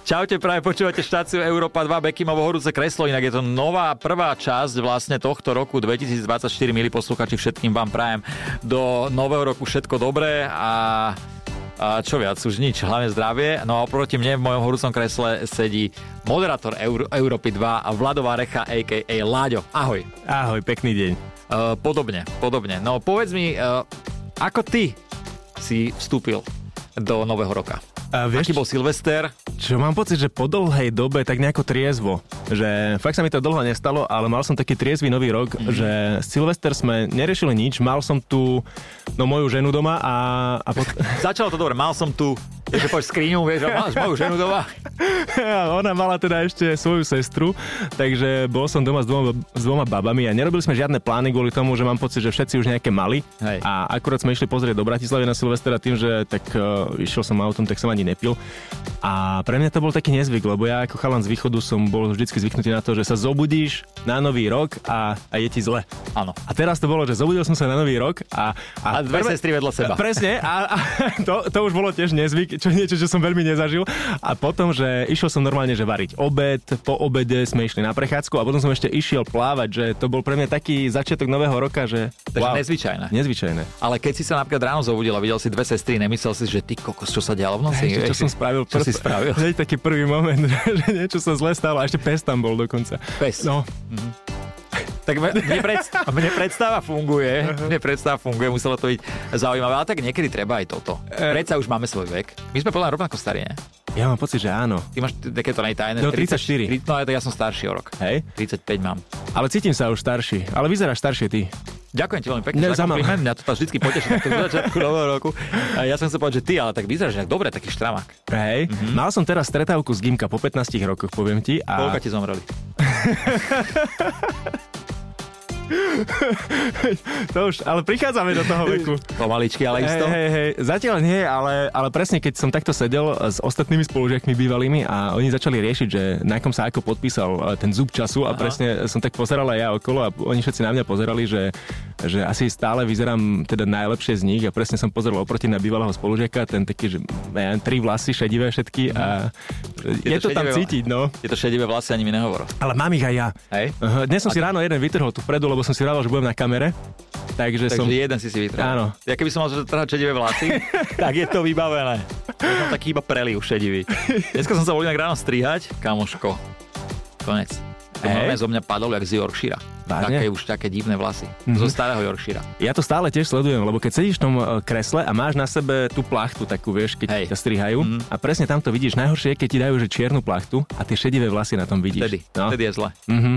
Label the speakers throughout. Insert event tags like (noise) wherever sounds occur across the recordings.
Speaker 1: Čaute, práve počúvate štáciu Európa 2 Bekimovo horúce kreslo, inak je to nová prvá časť vlastne tohto roku 2024, milí posluchači, všetkým vám prajem do nového roku všetko dobré a a čo viac, už nič, hlavne zdravie. No a oproti mne v mojom horúcom kresle sedí moderátor Eur- Európy 2 a Vladová Recha, a.k.a. Láďo. Ahoj.
Speaker 2: Ahoj, pekný deň.
Speaker 1: Uh, podobne, podobne. No povedz mi, uh, ako ty si vstúpil do nového roka?
Speaker 2: A
Speaker 1: Aký
Speaker 2: vieš,
Speaker 1: bol Silvester?
Speaker 2: čo mám pocit, že po dlhej dobe tak nejako triezvo, že fakt sa mi to dlho nestalo, ale mal som taký triezvy nový rok, mm-hmm. že Silvester sme neriešili nič, mal som tu no moju ženu doma a, a pot-
Speaker 1: Začalo to dobre, mal som tu, že poď skriňu, vieš, a máš moju ženu doma.
Speaker 2: a (laughs) ona mala teda ešte svoju sestru, takže bol som doma s dvoma, s dvoma babami a nerobili sme žiadne plány kvôli tomu, že mám pocit, že všetci už nejaké mali
Speaker 1: Hej.
Speaker 2: a akurát sme išli pozrieť do Bratislavy na Silvestra tým, že tak uh, išiel som autom, tak som ani nepil a pre mňa to bol taký nezvyk, lebo ja ako chalan z východu som bol vždycky zvyknutý na to, že sa zobudíš na nový rok a, a je ti zle.
Speaker 1: Áno.
Speaker 2: A teraz to bolo, že zobudil som sa na nový rok a...
Speaker 1: A dve
Speaker 2: prvé-
Speaker 1: sestry vedľa seba.
Speaker 2: Presne, a, a to, to už bolo tiež nezvyk, čo niečo, čo som veľmi nezažil. A potom, že išiel som normálne, že variť obed, po obede sme išli na prechádzku a potom som ešte išiel plávať, že to bol pre mňa taký začiatok nového roka, že...
Speaker 1: Takže nezvyčajné.
Speaker 2: Nezvyčajné.
Speaker 1: Ale keď si sa napríklad ráno zobudil a videl si dve sestry, nemyslel si, že ty kokos, čo sa dialo v noci?
Speaker 2: Ešte, čo
Speaker 1: vieš?
Speaker 2: som spravil.
Speaker 1: Čo
Speaker 2: prv-
Speaker 1: si
Speaker 2: (laughs)
Speaker 1: spravil?
Speaker 2: Hneď taký prvý moment, (laughs) že niečo sa zle stalo. A ešte pes tam bol dokonca.
Speaker 1: Pes.
Speaker 2: No,
Speaker 1: Tak me- mne, predst- mne predstava funguje, mne predstava funguje, muselo to byť zaujímavé, ale tak niekedy treba aj toto.
Speaker 2: Eh.
Speaker 1: Predsa už máme svoj vek. My sme podľa mňa rovnako starí, ne?
Speaker 2: ja mám pocit, že áno.
Speaker 1: Ty máš t- takéto nejtajné.
Speaker 2: No, 34.
Speaker 1: No ale tak ja som starší o rok.
Speaker 2: Hej?
Speaker 1: 35 mám.
Speaker 2: Ale cítim sa už starší. Ale vyzeráš staršie ty.
Speaker 1: Ďakujem ti veľmi pekne.
Speaker 2: Ne,
Speaker 1: za
Speaker 2: za malé.
Speaker 1: kompliment, Mňa to tá vždy poteší takto v
Speaker 2: (laughs)
Speaker 1: začiatku nového roku. A ja som chcel povedať, že ty, ale tak vyzeráš nejak dobre, taký štramák.
Speaker 2: Hej,
Speaker 1: Mhm.
Speaker 2: mm-hmm. mal som teraz stretávku s Gimka po 15 rokoch, poviem ti. A...
Speaker 1: Koľko ti zomreli?
Speaker 2: To už, ale prichádzame do toho veku.
Speaker 1: Pomaličky, ale
Speaker 2: Hej,
Speaker 1: isto.
Speaker 2: hej, hej, zatiaľ nie, ale, ale presne keď som takto sedel s ostatnými spolužiakmi bývalými a oni začali riešiť, že na kom sa ako podpísal e, ten zub času
Speaker 1: Aha.
Speaker 2: a presne som tak pozeral aj ja okolo a oni všetci na mňa pozerali, že, že asi stále vyzerám teda najlepšie z nich a presne som pozrel oproti na bývalého spolužiaka, ten taký, že ja, neviem, tri vlasy šedivé všetky a Mhm. je,
Speaker 1: to
Speaker 2: to, tam
Speaker 1: šedivé-
Speaker 2: cítiť, no.
Speaker 1: Tieto šedivé vlasy ani mi nehovor.
Speaker 2: Ale mám ich aj ja.
Speaker 1: Hej?
Speaker 2: Aha, Dnes som si ráno jeden vytrhol tu vpredu, lebo som si rával, že budem na kamere. Takže,
Speaker 1: Takže
Speaker 2: som...
Speaker 1: jeden si si vytrhol.
Speaker 2: Áno.
Speaker 1: Ja keby som mal trhať šedivé
Speaker 2: (laughs)
Speaker 1: vlasy, tak je to vybavené. Ja som taký iba preliv šedivý. Dneska som sa bol inak ráno strihať. Kamoško, konec. To
Speaker 2: Hej.
Speaker 1: hey. zo mňa padol jak z Yorkshire.
Speaker 2: Vážne? Mhm.
Speaker 1: Také už také divné vlasy. Zo starého Yorkshire.
Speaker 2: Ja to stále tiež sledujem, lebo keď sedíš v tom e, kresle a máš na sebe tú plachtu takú, vieš, keď
Speaker 1: Hej.
Speaker 2: ťa strihajú
Speaker 1: Mhm.
Speaker 2: a presne tam to vidíš. Najhoršie je, keď ti dajú že čiernu plachtu a tie šedivé vlasy na tom vidíš.
Speaker 1: Vtedy,
Speaker 2: No.
Speaker 1: vtedy je zle.
Speaker 2: Mhm.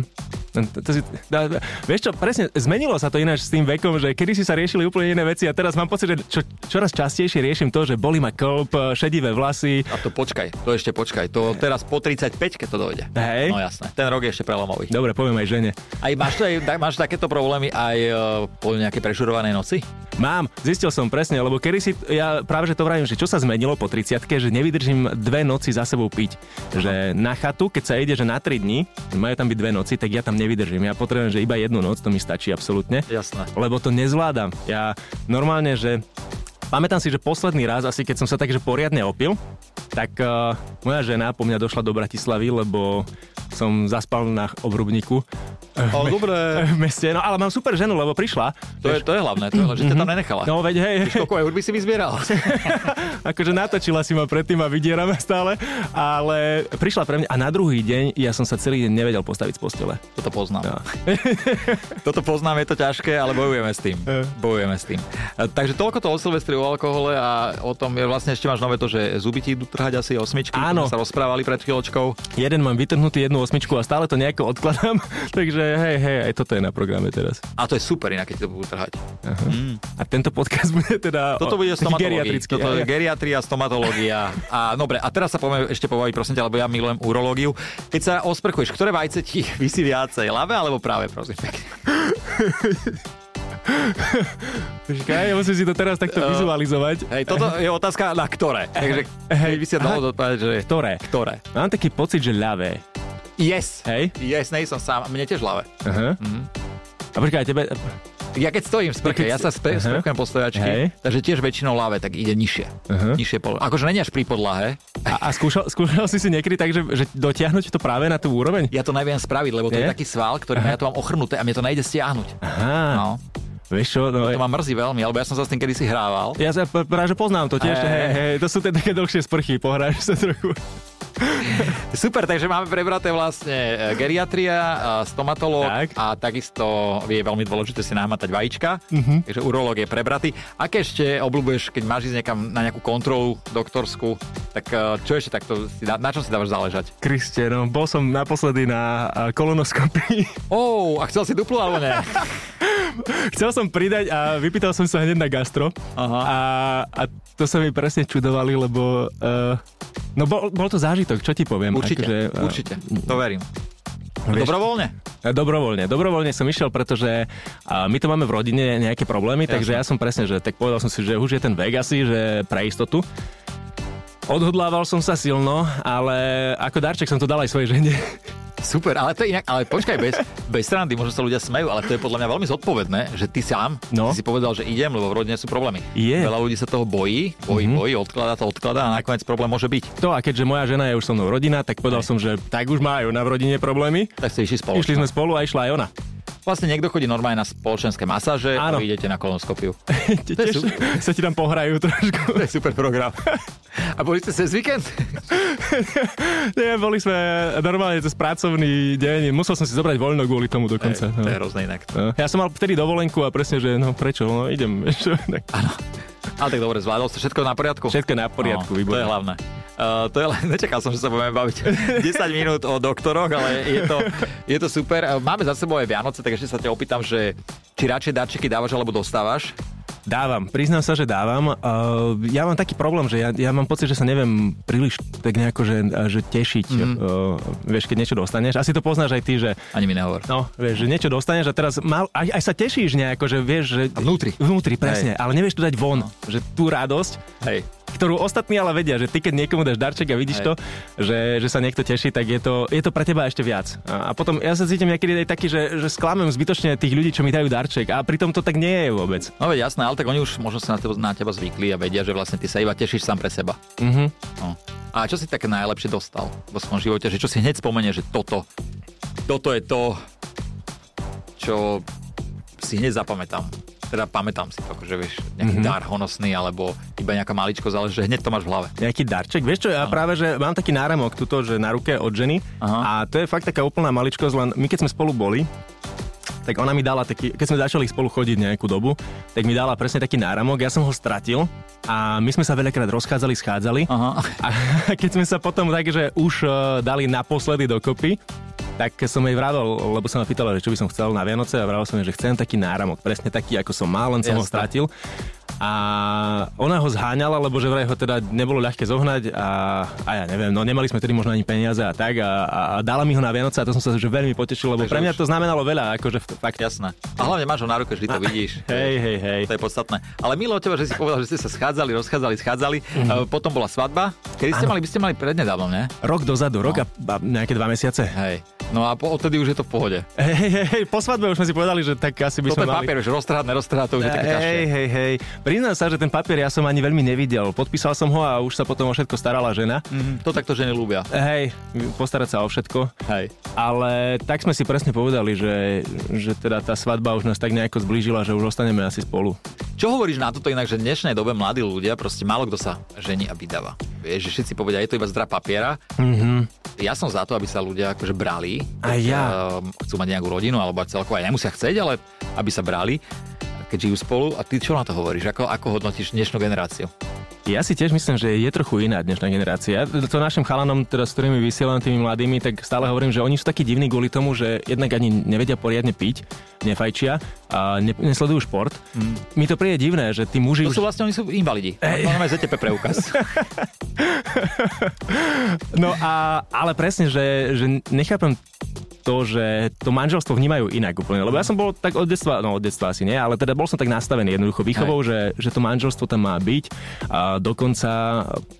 Speaker 2: No, to, to si, da, da, vieš čo, presne, zmenilo sa to ináč s tým vekom, že kedy si sa riešili úplne iné veci a teraz mám pocit, že čo, čoraz častejšie riešim to, že boli ma klb, e, šedivé vlasy.
Speaker 1: A to počkaj, to ešte počkaj. To teraz po 35, keď to dojde.
Speaker 2: Hej. No.
Speaker 1: No jasné, ten rok je ešte prelomový.
Speaker 2: Dobre, poviem aj žene.
Speaker 1: Aj máš, to, aj, tak- máš takéto problémy aj e, po nejakej prešurovanej noci?
Speaker 2: Mám, zistil som presne, lebo kedy si, ja práve že to vravím, že čo sa zmenilo po 30 že nevydržím dve noci za sebou piť. Že na chatu, keď sa ide, že na 3 dní, majú tam byť dve noci, tak ja tam nevydržím. Ja potrebujem, že iba jednu noc, to mi stačí absolútne,
Speaker 1: Jasné.
Speaker 2: lebo to nezvládam. Ja normálne, že Pamätám si, že posledný raz, asi keď som sa takže poriadne opil, tak uh, moja žena po mňa došla do Bratislavy, lebo som zaspal na obrubníku (laughs)
Speaker 1: O,
Speaker 2: Oh,
Speaker 1: dobre.
Speaker 2: v meste. No ale mám super ženu, lebo prišla.
Speaker 1: To je, to je hlavné, to je hlavné, že ťa tam nenechala.
Speaker 2: No veď hej, hej.
Speaker 1: Koľko aj hudby si
Speaker 2: (laughs)
Speaker 1: vyzbieral?
Speaker 2: akože natočila si ma predtým a vydieram stále, ale prišla pre mňa a na druhý deň ja som sa celý deň nevedel postaviť z postele.
Speaker 1: Toto poznám.
Speaker 2: No.
Speaker 1: (laughs) Toto poznám, je to ťažké, ale bojujeme s tým.
Speaker 2: Eh.
Speaker 1: Bojujeme s tým. E, Takže toľko to o Silvestri, o alkohole a o tom, je vlastne ešte máš nové to, že zuby ti idú trhať asi osmičky.
Speaker 2: Áno.
Speaker 1: to sme sa rozprávali pred chvíľočkou.
Speaker 2: Jeden mám vytrhnutý jednu osmičku a stále to nejako odkladám, (laughs) takže hej, hej, aj toto je na programe teraz.
Speaker 1: A to je super, inak keď ti to budú trhať.
Speaker 2: A tento podcast bude teda
Speaker 1: Toto bude o stomatológii.
Speaker 2: geriatrický.
Speaker 1: Toto je geriatria, stomatológia. A dobre, a teraz sa poďme ešte pobaviť, prosím ťa, lebo ja milujem urológiu. Keď sa osprchuješ, ktoré vajce ti (laughs) vysí viacej? Ľavé alebo práve, prosím pekne?
Speaker 2: Počkaj, ja musím si to teraz
Speaker 1: (laughs)
Speaker 2: takto
Speaker 1: Eh,
Speaker 2: vizualizovať.
Speaker 1: Hej, toto je otázka na ktoré. Takže hej, by si
Speaker 2: aha.
Speaker 1: dalo odpovedať, že
Speaker 2: Ktoré?
Speaker 1: ktoré.
Speaker 2: Mám taký pocit, že ľavé.
Speaker 1: Yes.
Speaker 2: Hej?
Speaker 1: Yes, nej som sám. Mne tiež ľavé.
Speaker 2: Aha. A počkaj, tebe...
Speaker 1: Ja keď stojím v sprche,
Speaker 2: Ty keď
Speaker 1: ja sa
Speaker 2: si-
Speaker 1: spe,
Speaker 2: Aha.
Speaker 1: sprchujem po stojačky,
Speaker 2: Hej.
Speaker 1: takže tiež väčšinou ľave, tak ide nižšie.
Speaker 2: Aha.
Speaker 1: Nižšie pol... Akože není až pri podlahe.
Speaker 2: A, a skúšal, skúšal si si niekedy tak, že, že dotiahnuť to práve na tú úroveň?
Speaker 1: Ja to neviem spraviť, lebo to je,
Speaker 2: Nie?
Speaker 1: taký sval, ktorý ja to mám ochrnuté a mne to nejde stiahnuť.
Speaker 2: Aha, no.
Speaker 1: No,
Speaker 2: vieš čo, no,
Speaker 1: to ma mrzí veľmi, lebo ja som sa s tým kedysi hrával.
Speaker 2: ja sa pr- práve že poznám to tiež,
Speaker 1: Hej.
Speaker 2: hej, hej, to sú tie také dlhšie sprchy, pohráš sa trochu.
Speaker 1: Super, takže máme prebraté vlastne e, geriatria, e, stomatológ
Speaker 2: Tak.
Speaker 1: a takisto je veľmi dôležité si nahmatať vajíčka, uh-huh. takže urológ je prebratý. Aké ešte obľúbuješ, keď máš ísť niekam na nejakú kontrolu doktorskú, tak e, čo ešte takto, si dá- na čom si dávaš záležať?
Speaker 2: Kriste, no, bol som naposledy na a, kolonoskopii. (laughs)
Speaker 1: Ó, a chcel si duplu alebo ne?
Speaker 2: Chcel som pridať a vypýtal som sa hneď na gastro.
Speaker 1: Aha.
Speaker 2: A, a to sa mi presne čudovali, lebo... Uh, no bol, bol to zážitok, čo ti poviem.
Speaker 1: (laughs) Určite,
Speaker 2: akože,
Speaker 1: akože,
Speaker 2: eh,
Speaker 1: určite, to verím.
Speaker 2: vieš-
Speaker 1: Dobrovoľne?
Speaker 2: E, Dobrovoľne, dobrovoľne som išiel, pretože a, my to máme v rodine nejaké problémy,
Speaker 1: Jasne.
Speaker 2: takže ja som presne, že tak povedal som si, že už je ten vek asi, že pre istotu. Odhodlával som sa silno, ale ako darček som to dal aj svojej žene. (laughs)
Speaker 1: Super, ale to je inak, ale počkaj, bez, bez strandy, možno sa ľudia smejú, ale to je podľa mňa veľmi zodpovedné, že ty sám no.
Speaker 2: No.
Speaker 1: si povedal, že idem, lebo v rodine sú problémy.
Speaker 2: Je. Mhm.
Speaker 1: Veľa ľudí sa toho bojí, bojí, mm-hmm. bojí, odkladá to, odkladá a nakoniec problém môže byť.
Speaker 2: To a keďže moja žena je už so mnou rodina, tak povedal som, že tak už má aj ona v rodine problémy.
Speaker 1: Tak ste išli spolu.
Speaker 2: Išli sme spolu a išla aj ona. (laughs)
Speaker 1: Vlastne niekto chodí normálne na spoločenské masáže a
Speaker 2: Áno.
Speaker 1: vy idete na
Speaker 2: (laughs)
Speaker 1: kolonoskopiu. je
Speaker 2: Tiež
Speaker 1: super.
Speaker 2: sa ti tam
Speaker 1: (laughs)
Speaker 2: pohrajú trošku.
Speaker 1: To je super program. A boli ste cez víkend?
Speaker 2: Nie, boli sme normálne cez pracovný deň. Musel som si zobrať voľno kvôli tomu dokonca.
Speaker 1: Ej, to je hrozné inak.
Speaker 2: No. Ja som mal vtedy dovolenku a presne, že no prečo, no idem. (laughs) vieš, tak.
Speaker 1: Ale tak dobre, zvládol ste všetko na poriadku?
Speaker 2: Všetko je na poriadku,
Speaker 1: No, To je
Speaker 2: výborné.
Speaker 1: hlavné. Uh, to je, len- (laughs) nečakal som, že sa budeme baviť (laughs) 10 minút o doktoroch, ale je to, je to super. Eh, Máme za sebou aj Vianoce, tak ešte sa ťa opýtam, že či radšej darčeky dávaš alebo dostávaš?
Speaker 2: Dávam, priznám sa, že dávam. Uh, ja mám taký problém, že ja, ja mám pocit, že sa neviem príliš tak nejako, že, že tešiť. Mm. Uh, vieš, keď niečo dostaneš. Asi to poznáš aj ty, že
Speaker 1: Ani mi nehovor.
Speaker 2: No, vieš, že niečo dostaneš a teraz mal, aj, aj sa tešíš nejako, že vieš, že...
Speaker 1: A vnútri.
Speaker 2: Vnútri, No. presne, ale nevieš to dať von. Že tú radosť,
Speaker 1: Hej.
Speaker 2: ktorú ostatní ale vedia, že ty keď niekomu dáš darček a vidíš
Speaker 1: Hej.
Speaker 2: to, že, že sa niekto teší, tak je to, je to pre teba ešte viac. A, a potom ja sa cítim niekedy aj taký, že, že sklamem zbytočne tých ľudí, čo mi dajú darček a pritom to tak nie je vôbec.
Speaker 1: No veď jasné, ale tak oni už možno sa na teba, na teba zvykli a vedia, že vlastne ty sa iba tešíš sám pre seba.
Speaker 2: Mhm.
Speaker 1: No. A čo si také najlepšie dostal vo svojom živote? Že čo si hneď spomenie, že toto, toto je to, čo si hneď zapamätám. Teda pamätám si to, že vieš, nejaký mm-hmm.
Speaker 2: Mhm.
Speaker 1: dar honosný, alebo iba nejaká maličko, záleží, že hneď to máš v hlave.
Speaker 2: Nejaký darček. Vieš čo, ja práve, že mám taký náramok tuto, že na ruke od ženy
Speaker 1: Aha.
Speaker 2: a to je fakt taká úplná maličkosť, len my keď sme spolu boli, tak ona mi dala taký, keď sme začali spolu chodiť nejakú dobu, tak mi dala presne taký náramok, ja som ho stratil a my sme sa veľakrát rozchádzali, schádzali
Speaker 1: Aha.
Speaker 2: A (laughs) keď sme sa potom tak, že už eh, dali naposledy dokopy, tak som jej vravel, lebo sa ma pýtala, že čo by som chcel na Vianoce a vravel som jej, že chcem taký náramok, presne taký, ako som mal, len som ho
Speaker 1: Jasné.
Speaker 2: stratil. A ona ho zháňala, lebo že vraj ho teda nebolo ľahké zohnať a, a ja neviem, no nemali sme tedy možno ani peniaze a tak a, a, a dala mi ho na Vianoce a to som sa že veľmi potešil, lebo
Speaker 1: Takže
Speaker 2: pre mňa
Speaker 1: už-
Speaker 2: to znamenalo veľa, akože v- fakt.
Speaker 1: (laughs) Jasné. A hlavne máš ho na ruke, vždy
Speaker 2: (laughs)
Speaker 1: to vidíš.
Speaker 2: Hej, hej, hej.
Speaker 1: To je podstatné. Ale milo od teba, že si povedal, že ste sa schádzali, rozchádzali, schádzali.
Speaker 2: Mhm.
Speaker 1: Mm-hmm. Potom bola svadba. Kedy ste mali, by ste mali prednedávno, ne?
Speaker 2: Rok dozadu,
Speaker 1: No.
Speaker 2: rok a, a nejaké dva mesiace.
Speaker 1: Hej. No a po, odtedy už je to v pohode.
Speaker 2: Hej, hej, hej, po svadbe už sme si povedali, že tak asi by
Speaker 1: Toto
Speaker 2: sme
Speaker 1: je
Speaker 2: mali...
Speaker 1: papier, už roztrhať, neroztrhať, to už je také ťažšie.
Speaker 2: Hej, hej, hej. Priznám sa, že ten papier ja som ani veľmi nevidel. Podpísal som ho a už sa potom o všetko starala žena.
Speaker 1: Mm, to takto ženy ľúbia.
Speaker 2: Hej, postarať sa o všetko.
Speaker 1: Hej.
Speaker 2: Ale tak sme si presne povedali, že, že teda tá svadba už nás tak nejako zblížila, že už ostaneme asi spolu.
Speaker 1: Čo hovoríš na toto inak, že v dnešnej dobe mladí ľudia, proste málo kto sa žení a vydáva. Vieš, že všetci povedia, je to iba zdra papiera. Mm-hmm. Ja som za to, aby sa ľudia akože brali.
Speaker 2: Mhm. A ja.
Speaker 1: ehm, Chcú mať nejakú rodinu, alebo aj celkovo aj nemusia chcieť, ale aby sa brali keď žijú spolu. A ty čo na to hovoríš? Ako, ako hodnotíš dnešnú generáciu?
Speaker 2: Ja si tiež myslím, že je trochu iná dnešná generácia. Ja to našim chalanom, teda, s ktorými vysielam tými mladými, tak stále hovorím, že oni sú takí divní kvôli tomu, že jednak ani nevedia poriadne piť, nefajčia a ne, nesledujú šport. Mm. Mi to príde divné, že tí
Speaker 1: To
Speaker 2: muži už...
Speaker 1: sú vlastne, oni sú invalidi. Máme ZTP preukaz.
Speaker 2: (laughs) No a, ale presne, že, že nechápem to, že to manželstvo vnímajú inak úplne. Lebo ja som bol tak od detstva, no od detstva asi nie, ale teda bol som tak nastavený jednoducho výchovou, že, že to manželstvo tam má byť. A dokonca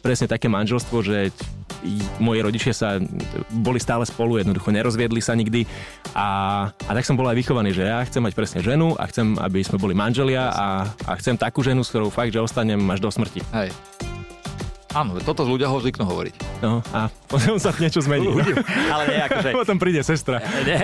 Speaker 2: presne také manželstvo, že j- moji rodičia sa boli stále spolu, jednoducho nerozviedli sa nikdy a, a tak som bol aj vychovaný, že ja chcem mať presne ženu a chcem, aby sme boli manželia a, a chcem takú ženu, s ktorou fakt, že ostanem až do smrti.
Speaker 1: Hej. Áno, toto ľudia ho zvyknú hovoriť.
Speaker 2: No a (laughs) potom sa niečo zmení. No.
Speaker 1: Ale nie, akože...
Speaker 2: Potom príde sestra.
Speaker 1: nie.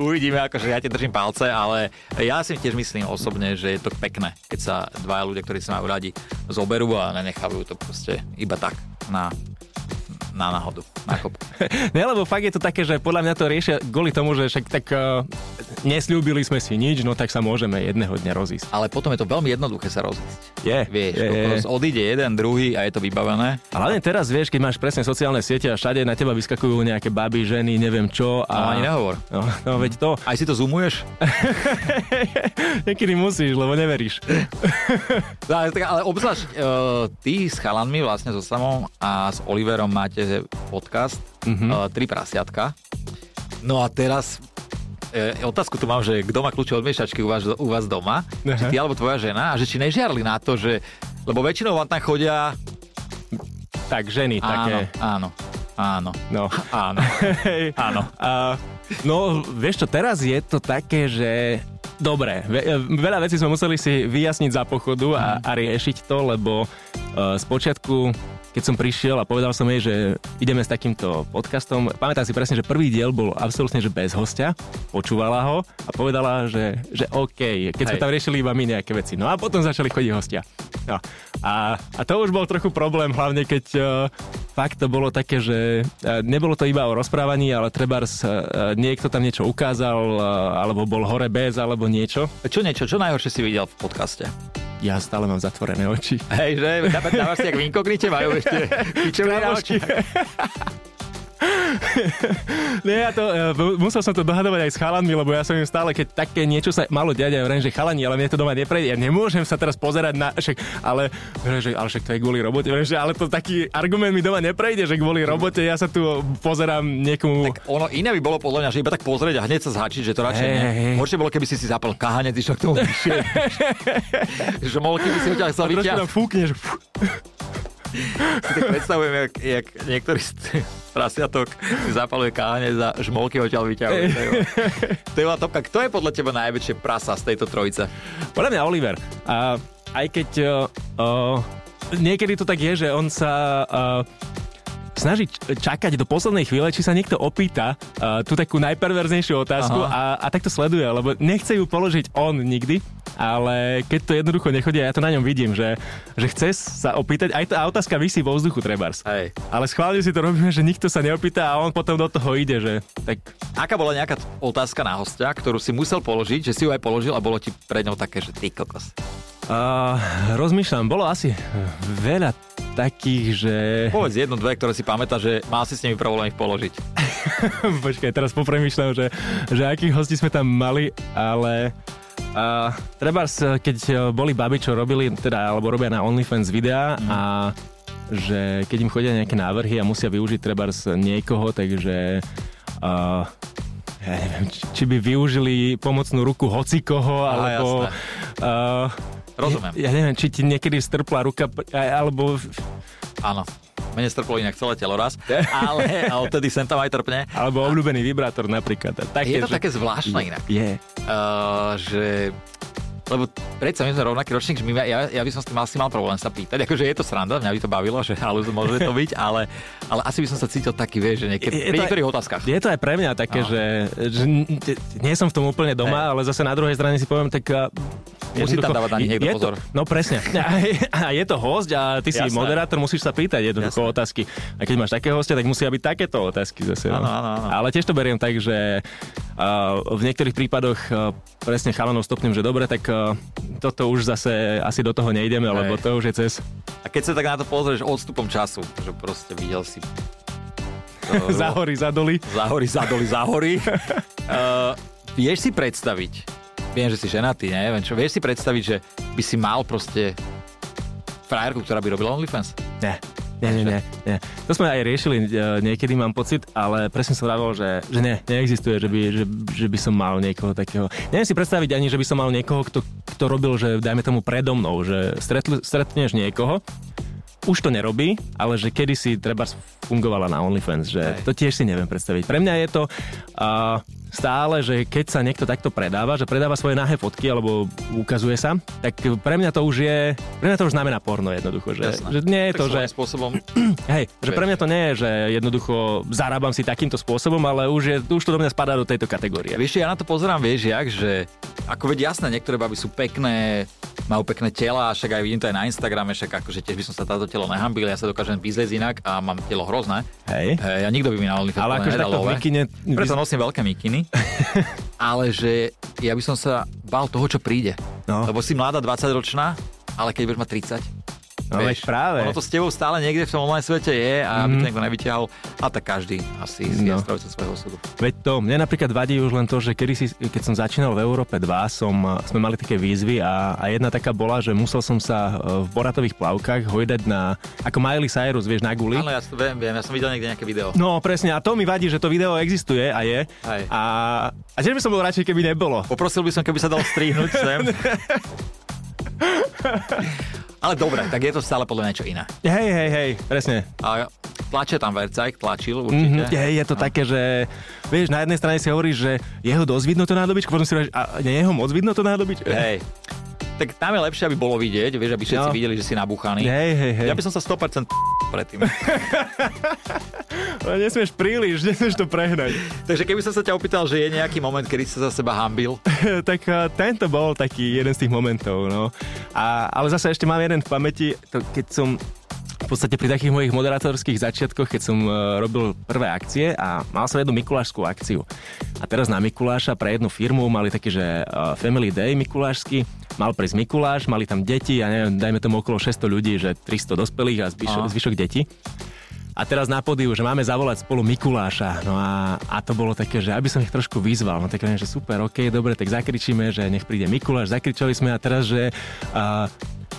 Speaker 1: Uvidíme, akože ja ti držím palce, ale ja si tiež myslím osobne, že je to pekné, keď sa dvaja ľudia, ktorí sa majú radi, zoberú a nenechávajú to proste iba tak na, na náhodu, na kopku.
Speaker 2: Ne, lebo fakt je to také, že podľa mňa to riešia kvôli tomu, že však tak uh, nesľúbili sme si nič, no tak sa môžeme jedného dňa rozísť.
Speaker 1: Ale potom je to veľmi jednoduché sa rozísť.
Speaker 2: Je,
Speaker 1: Vieš,
Speaker 2: je, je.
Speaker 1: kokos, odíde jeden, druhý a je to vybavené.
Speaker 2: A Hlavne teraz vieš, keď máš presne sociálne siete a všade na teba vyskakujú nejaké baby, ženy, neviem čo. A...
Speaker 1: No ani nehovor.
Speaker 2: No, no veď to.
Speaker 1: Aj si to zoomuješ?
Speaker 2: Niekedy musíš, lebo neveríš.
Speaker 1: No, Ale, tak, ale obzvlášť uh, ty s chalanmi, vlastne so Samom a s Oliverom máte podcast mm-hmm. uh, Tri prasiatka. No a teraz e, otázku tu mám, že kto má kľúče od miešačky u vás, u vás doma, Aha. či
Speaker 2: Aha.
Speaker 1: ty alebo tvoja žena, a že či nežiarli na to, že... Lebo väčšinou vám tam chodia...
Speaker 2: tak ženy
Speaker 1: Áno,
Speaker 2: také.
Speaker 1: áno, áno,
Speaker 2: No.
Speaker 1: áno, áno.
Speaker 2: A, no, vieš čo, teraz je to také, že... Dobre, ve- veľa vecí sme museli si vyjasniť za pochodu a, a riešiť to, lebo uh, spočiatku, keď som prišiel a povedal som jej, že ideme s takýmto podcastom, pamätám si presne, že prvý diel bol absolútne, že bez hostia, počúvala ho a povedala, že, že OK, keď sme
Speaker 1: Hej.
Speaker 2: tam riešili iba my nejaké veci. No a potom začali chodiť hostia. No. A, a to už bol trochu problém, hlavne keď uh, fakt to bolo také, že uh, nebolo to iba o rozprávaní, ale trebárs uh, niekto tam niečo ukázal, uh, alebo bol hore bez, alebo niečo.
Speaker 1: Čo niečo, čo najhoršie si videl v podcaste?
Speaker 2: Ja stále mám zatvorené oči.
Speaker 1: Hej, že dá- dávaš si jak v inkognite, majú (laughs) ešte pičové na
Speaker 2: Kamošky.
Speaker 1: oči.
Speaker 2: Nie, ja to, eh, bu- musel som to dohadovať aj s chalanmi, lebo ja som im stále, keď také niečo sa malo diať, ja vrem, že chalani, ale mne to doma neprejde, ja nemôžem sa teraz pozerať na, však, ale, vrem, že, ale však to je kvôli robote, vrem, že, ale to taký argument mi doma neprejde, že kvôli robote ja sa tu pozerám niekomu... Tak...
Speaker 1: Ono iné by bolo podľa mňa, že iba tak pozrieť a hneď sa zhačiť, že to radšej
Speaker 2: Hej, hej,
Speaker 1: nie.
Speaker 2: hej.
Speaker 1: Horšie bolo, keby si si zapal kahanec, išiel k tomu
Speaker 2: (laughs)
Speaker 1: vyššie. že mohol, keby si ho ťa chcel
Speaker 2: Trošku
Speaker 1: vyťahnuť.
Speaker 2: tam fúkneš, fú,
Speaker 1: Si tak predstavujem, jak, jak niektorý z t- prasiatok si zapaluje káhne za žmolky odtiaľ vyťahuje. To je- To je bola topka. Kto je podľa teba najväčšie prasa z tejto trojice?
Speaker 2: Podľa mňa Oliver. A aj keď uh, uh, niekedy to tak je, že on sa uh, snaží č- čakať do poslednej chvíle, či sa niekto opýta uh, tú takú najperverznejšiu otázku a, a tak to sleduje, lebo nechce ju položiť on nikdy, ale keď to jednoducho nechodí, ja to na ňom vidím, že, že chce sa opýtať, aj tá otázka vysí vo vzduchu trebárs.
Speaker 1: Hej.
Speaker 2: Ale schválne si to robíme, že nikto sa neopýta a on potom do toho ide, že tak
Speaker 1: Aká bola nejaká t- otázka na hostia, ktorú si musel položiť, že si ju aj položil a bolo ti pred ňou také, že ty kokos.
Speaker 2: Uh, rozmýšľam, bolo asi veľa takých, že...
Speaker 1: Povedz jednu, dve, ktoré si pamätáš, že mal si s nimi problém ich položiť.
Speaker 2: (laughs) Počkaj, teraz popremýšľam, že, že akých hostí sme tam mali, ale... Uh, treba, keď eh, boli baby, čo robili, teda, alebo robia na OnlyFans videá
Speaker 1: Mhm.
Speaker 2: mm. a že keď im chodia nejaké návrhy a musia využiť treba niekoho, takže uh, ja neviem, či, či by využili pomocnú ruku hocikoho, alebo... Uh,
Speaker 1: Rozumiem.
Speaker 2: Ja, ja neviem, či ti niekedy strpla ruka, p- aj- alebo
Speaker 1: Áno. Mne strplo inak celé telo (laughs) raz, ale a odtedy sem tam aj trpne.
Speaker 2: Alebo obľúbený vibrátor napríklad. A Také,
Speaker 1: Je to
Speaker 2: že-
Speaker 1: také zvláštne inak.
Speaker 2: Je.
Speaker 1: Uh, že lebo predsa my sme rovnaký ročník, že my, ja, ja by som s tým asi mal problém sa pýtať. Akože je to sranda, mňa by to bavilo, že ale môže to byť, ale, ale asi by som sa cítil taký, vieš, že niekedy,
Speaker 2: Je-
Speaker 1: pri
Speaker 2: je to aj-
Speaker 1: niektorých otázkach.
Speaker 2: Je to aj pre mňa také,
Speaker 1: No.
Speaker 2: že, že n- n- nie som v tom úplne doma,
Speaker 1: Hej.
Speaker 2: ale zase na druhej strane si poviem, tak... a,
Speaker 1: Musí tam
Speaker 2: jednoducho,
Speaker 1: dávať na nich
Speaker 2: je-
Speaker 1: niekto
Speaker 2: je
Speaker 1: pozor.
Speaker 2: To, no presne. (laughs) A je, a je to host a ty si
Speaker 1: Jasné.
Speaker 2: moderátor, musíš sa pýtať jednoducho otázky. A keď máš také hostia, tak musia byť takéto otázky zase. No.
Speaker 1: Áno, áno, áno.
Speaker 2: Ale tiež to beriem tak, že uh, v niektorých prípadoch uh, presne chalanov stopnem, že dobre, tak uh, toto už zase asi do toho nejdeme, lebo to už je cez
Speaker 1: A keď sa tak na to pozrieš odstupom času, že proste videl si... (laughs) to-
Speaker 2: (laughs) za hory, za doly.
Speaker 1: Záhory, zadoli,
Speaker 2: (laughs)
Speaker 1: záhory. Uh, vieš si predstaviť, viem, že si ženatý, neviem čo, vieš si predstaviť, že by si mal proste frajerku, ktorá by robila OnlyFans?
Speaker 2: Ne, nie, nie, nie, nie. To sme aj riešili e, niekedy, mám pocit, ale presne som vravel, že, že ne, neexistuje, že by, že, že by som mal niekoho takého. Neviem si predstaviť ani, že by som mal niekoho, kto, kto robil, že dajme tomu predo mnou, že stretl, stretneš niekoho už to nerobí, ale že kedysi treba fungovala na OnlyFans, že
Speaker 1: Hej.
Speaker 2: to tiež si neviem predstaviť. Pre mňa je to uh, stále, že keď sa niekto takto predáva, že predáva svoje nahé fotky alebo ukazuje sa, tak pre mňa to už je, pre mňa to už znamená porno jednoducho, že,
Speaker 1: Jasné.
Speaker 2: že nie je
Speaker 1: tak
Speaker 2: to, že
Speaker 1: svojím spôsobom...
Speaker 2: Hej, že pre mňa to nie je, že jednoducho zarábam si takýmto spôsobom, ale už, je, už to do mňa spadá do tejto kategórie.
Speaker 1: Vieš, ja na to pozerám, vieš, jak, že ako veď jasné, niektoré baby sú pekné, majú pekné tela, však aj vidím to aj na Instagrame, však akože tiež by som sa táto telo nehambil, ja sa dokážem vyzliecť inak a mám telo hrozné.
Speaker 2: Hej.
Speaker 1: Hej, a nikto by mi na OnlyFans podľa mňa
Speaker 2: Ale akože
Speaker 1: nedal
Speaker 2: takto v
Speaker 1: love.
Speaker 2: mikine...
Speaker 1: Preto nosím veľké mikiny, (laughs) ale že ja by som sa bál toho, čo príde.
Speaker 2: No.
Speaker 1: Lebo si mladá 20-ročná, ale keď budeš mať 30,
Speaker 2: No, veď práve. Mhm.
Speaker 1: Ono to s tebou stále niekde v tom online svete je a aby to niekto nevyťahol. A tak každý asi si no.
Speaker 2: No.
Speaker 1: je strojca svojho osudu.
Speaker 2: Veď to, mne napríklad vadí už len to, že kedy si, keď som začínal v Európe 2, som, sme mali také výzvy a, a jedna taká bola, že musel som sa e, v boratových plavkách hojdať na, ako Miley Cyrus, vieš, na guli.
Speaker 1: Áno, ja to viem, viem, ja som videl niekde nejaké video.
Speaker 2: No presne, a to mi vadí, že to video existuje a je.
Speaker 1: Hej.
Speaker 2: A, a tiež by som bol radšej, keby nebolo.
Speaker 1: Poprosil by som, keby sa dal strihnúť
Speaker 2: (laughs)
Speaker 1: sem. Ale dobre, tak je to stále podľa mňa niečo iné.
Speaker 2: Hej, hej, hej, presne.
Speaker 1: A tlače tam Vercajk, tlačil určite. No.
Speaker 2: Mm-hmm. Je, je to také, že vieš, na jednej strane si hovoríš, že jeho dosť vidno to nádobičko, potom si hovoríš, a nie jeho moc vidno to nádobičko.
Speaker 1: Hej. Tak tam je lepšie, aby bolo vidieť, vieš, aby všetci
Speaker 2: No.
Speaker 1: videli, že si nabúchaný.
Speaker 2: Hej, hej, hej.
Speaker 1: Ja by som sa 100% (laughs) predtým.
Speaker 2: Ale nesmieš príliš, nesmieš to prehnať.
Speaker 1: Takže keby som sa ťa opýtal, že je nejaký moment, kedy si sa za seba hambil,
Speaker 2: (laughs) tak eh, tento bol taký jeden z tých momentov, no. A, ale zase ešte mám jeden v pamäti, to keď som v podstate pri takých mojich moderátorských začiatkoch, keď som eh, robil prvé akcie a mal som jednu mikulášskú akciu. A teraz na Mikuláša pre jednu firmu mali taký, že eh, Family Day mikulášsky, mal prísť Mikuláš, mali tam deti, ja neviem, dajme tomu okolo 600 ľudí, že 300 dospelých a zvyšok,
Speaker 1: Aha.
Speaker 2: zvyšok detí. A teraz na podiu, že máme zavolať spolu Mikuláša. No a, a to bolo také, že aby som ich trošku vyzval. No tak hovorím, že super, ok, dobre, tak zakričíme, že nech príde Mikuláš. Zakričali sme a teraz, že uh,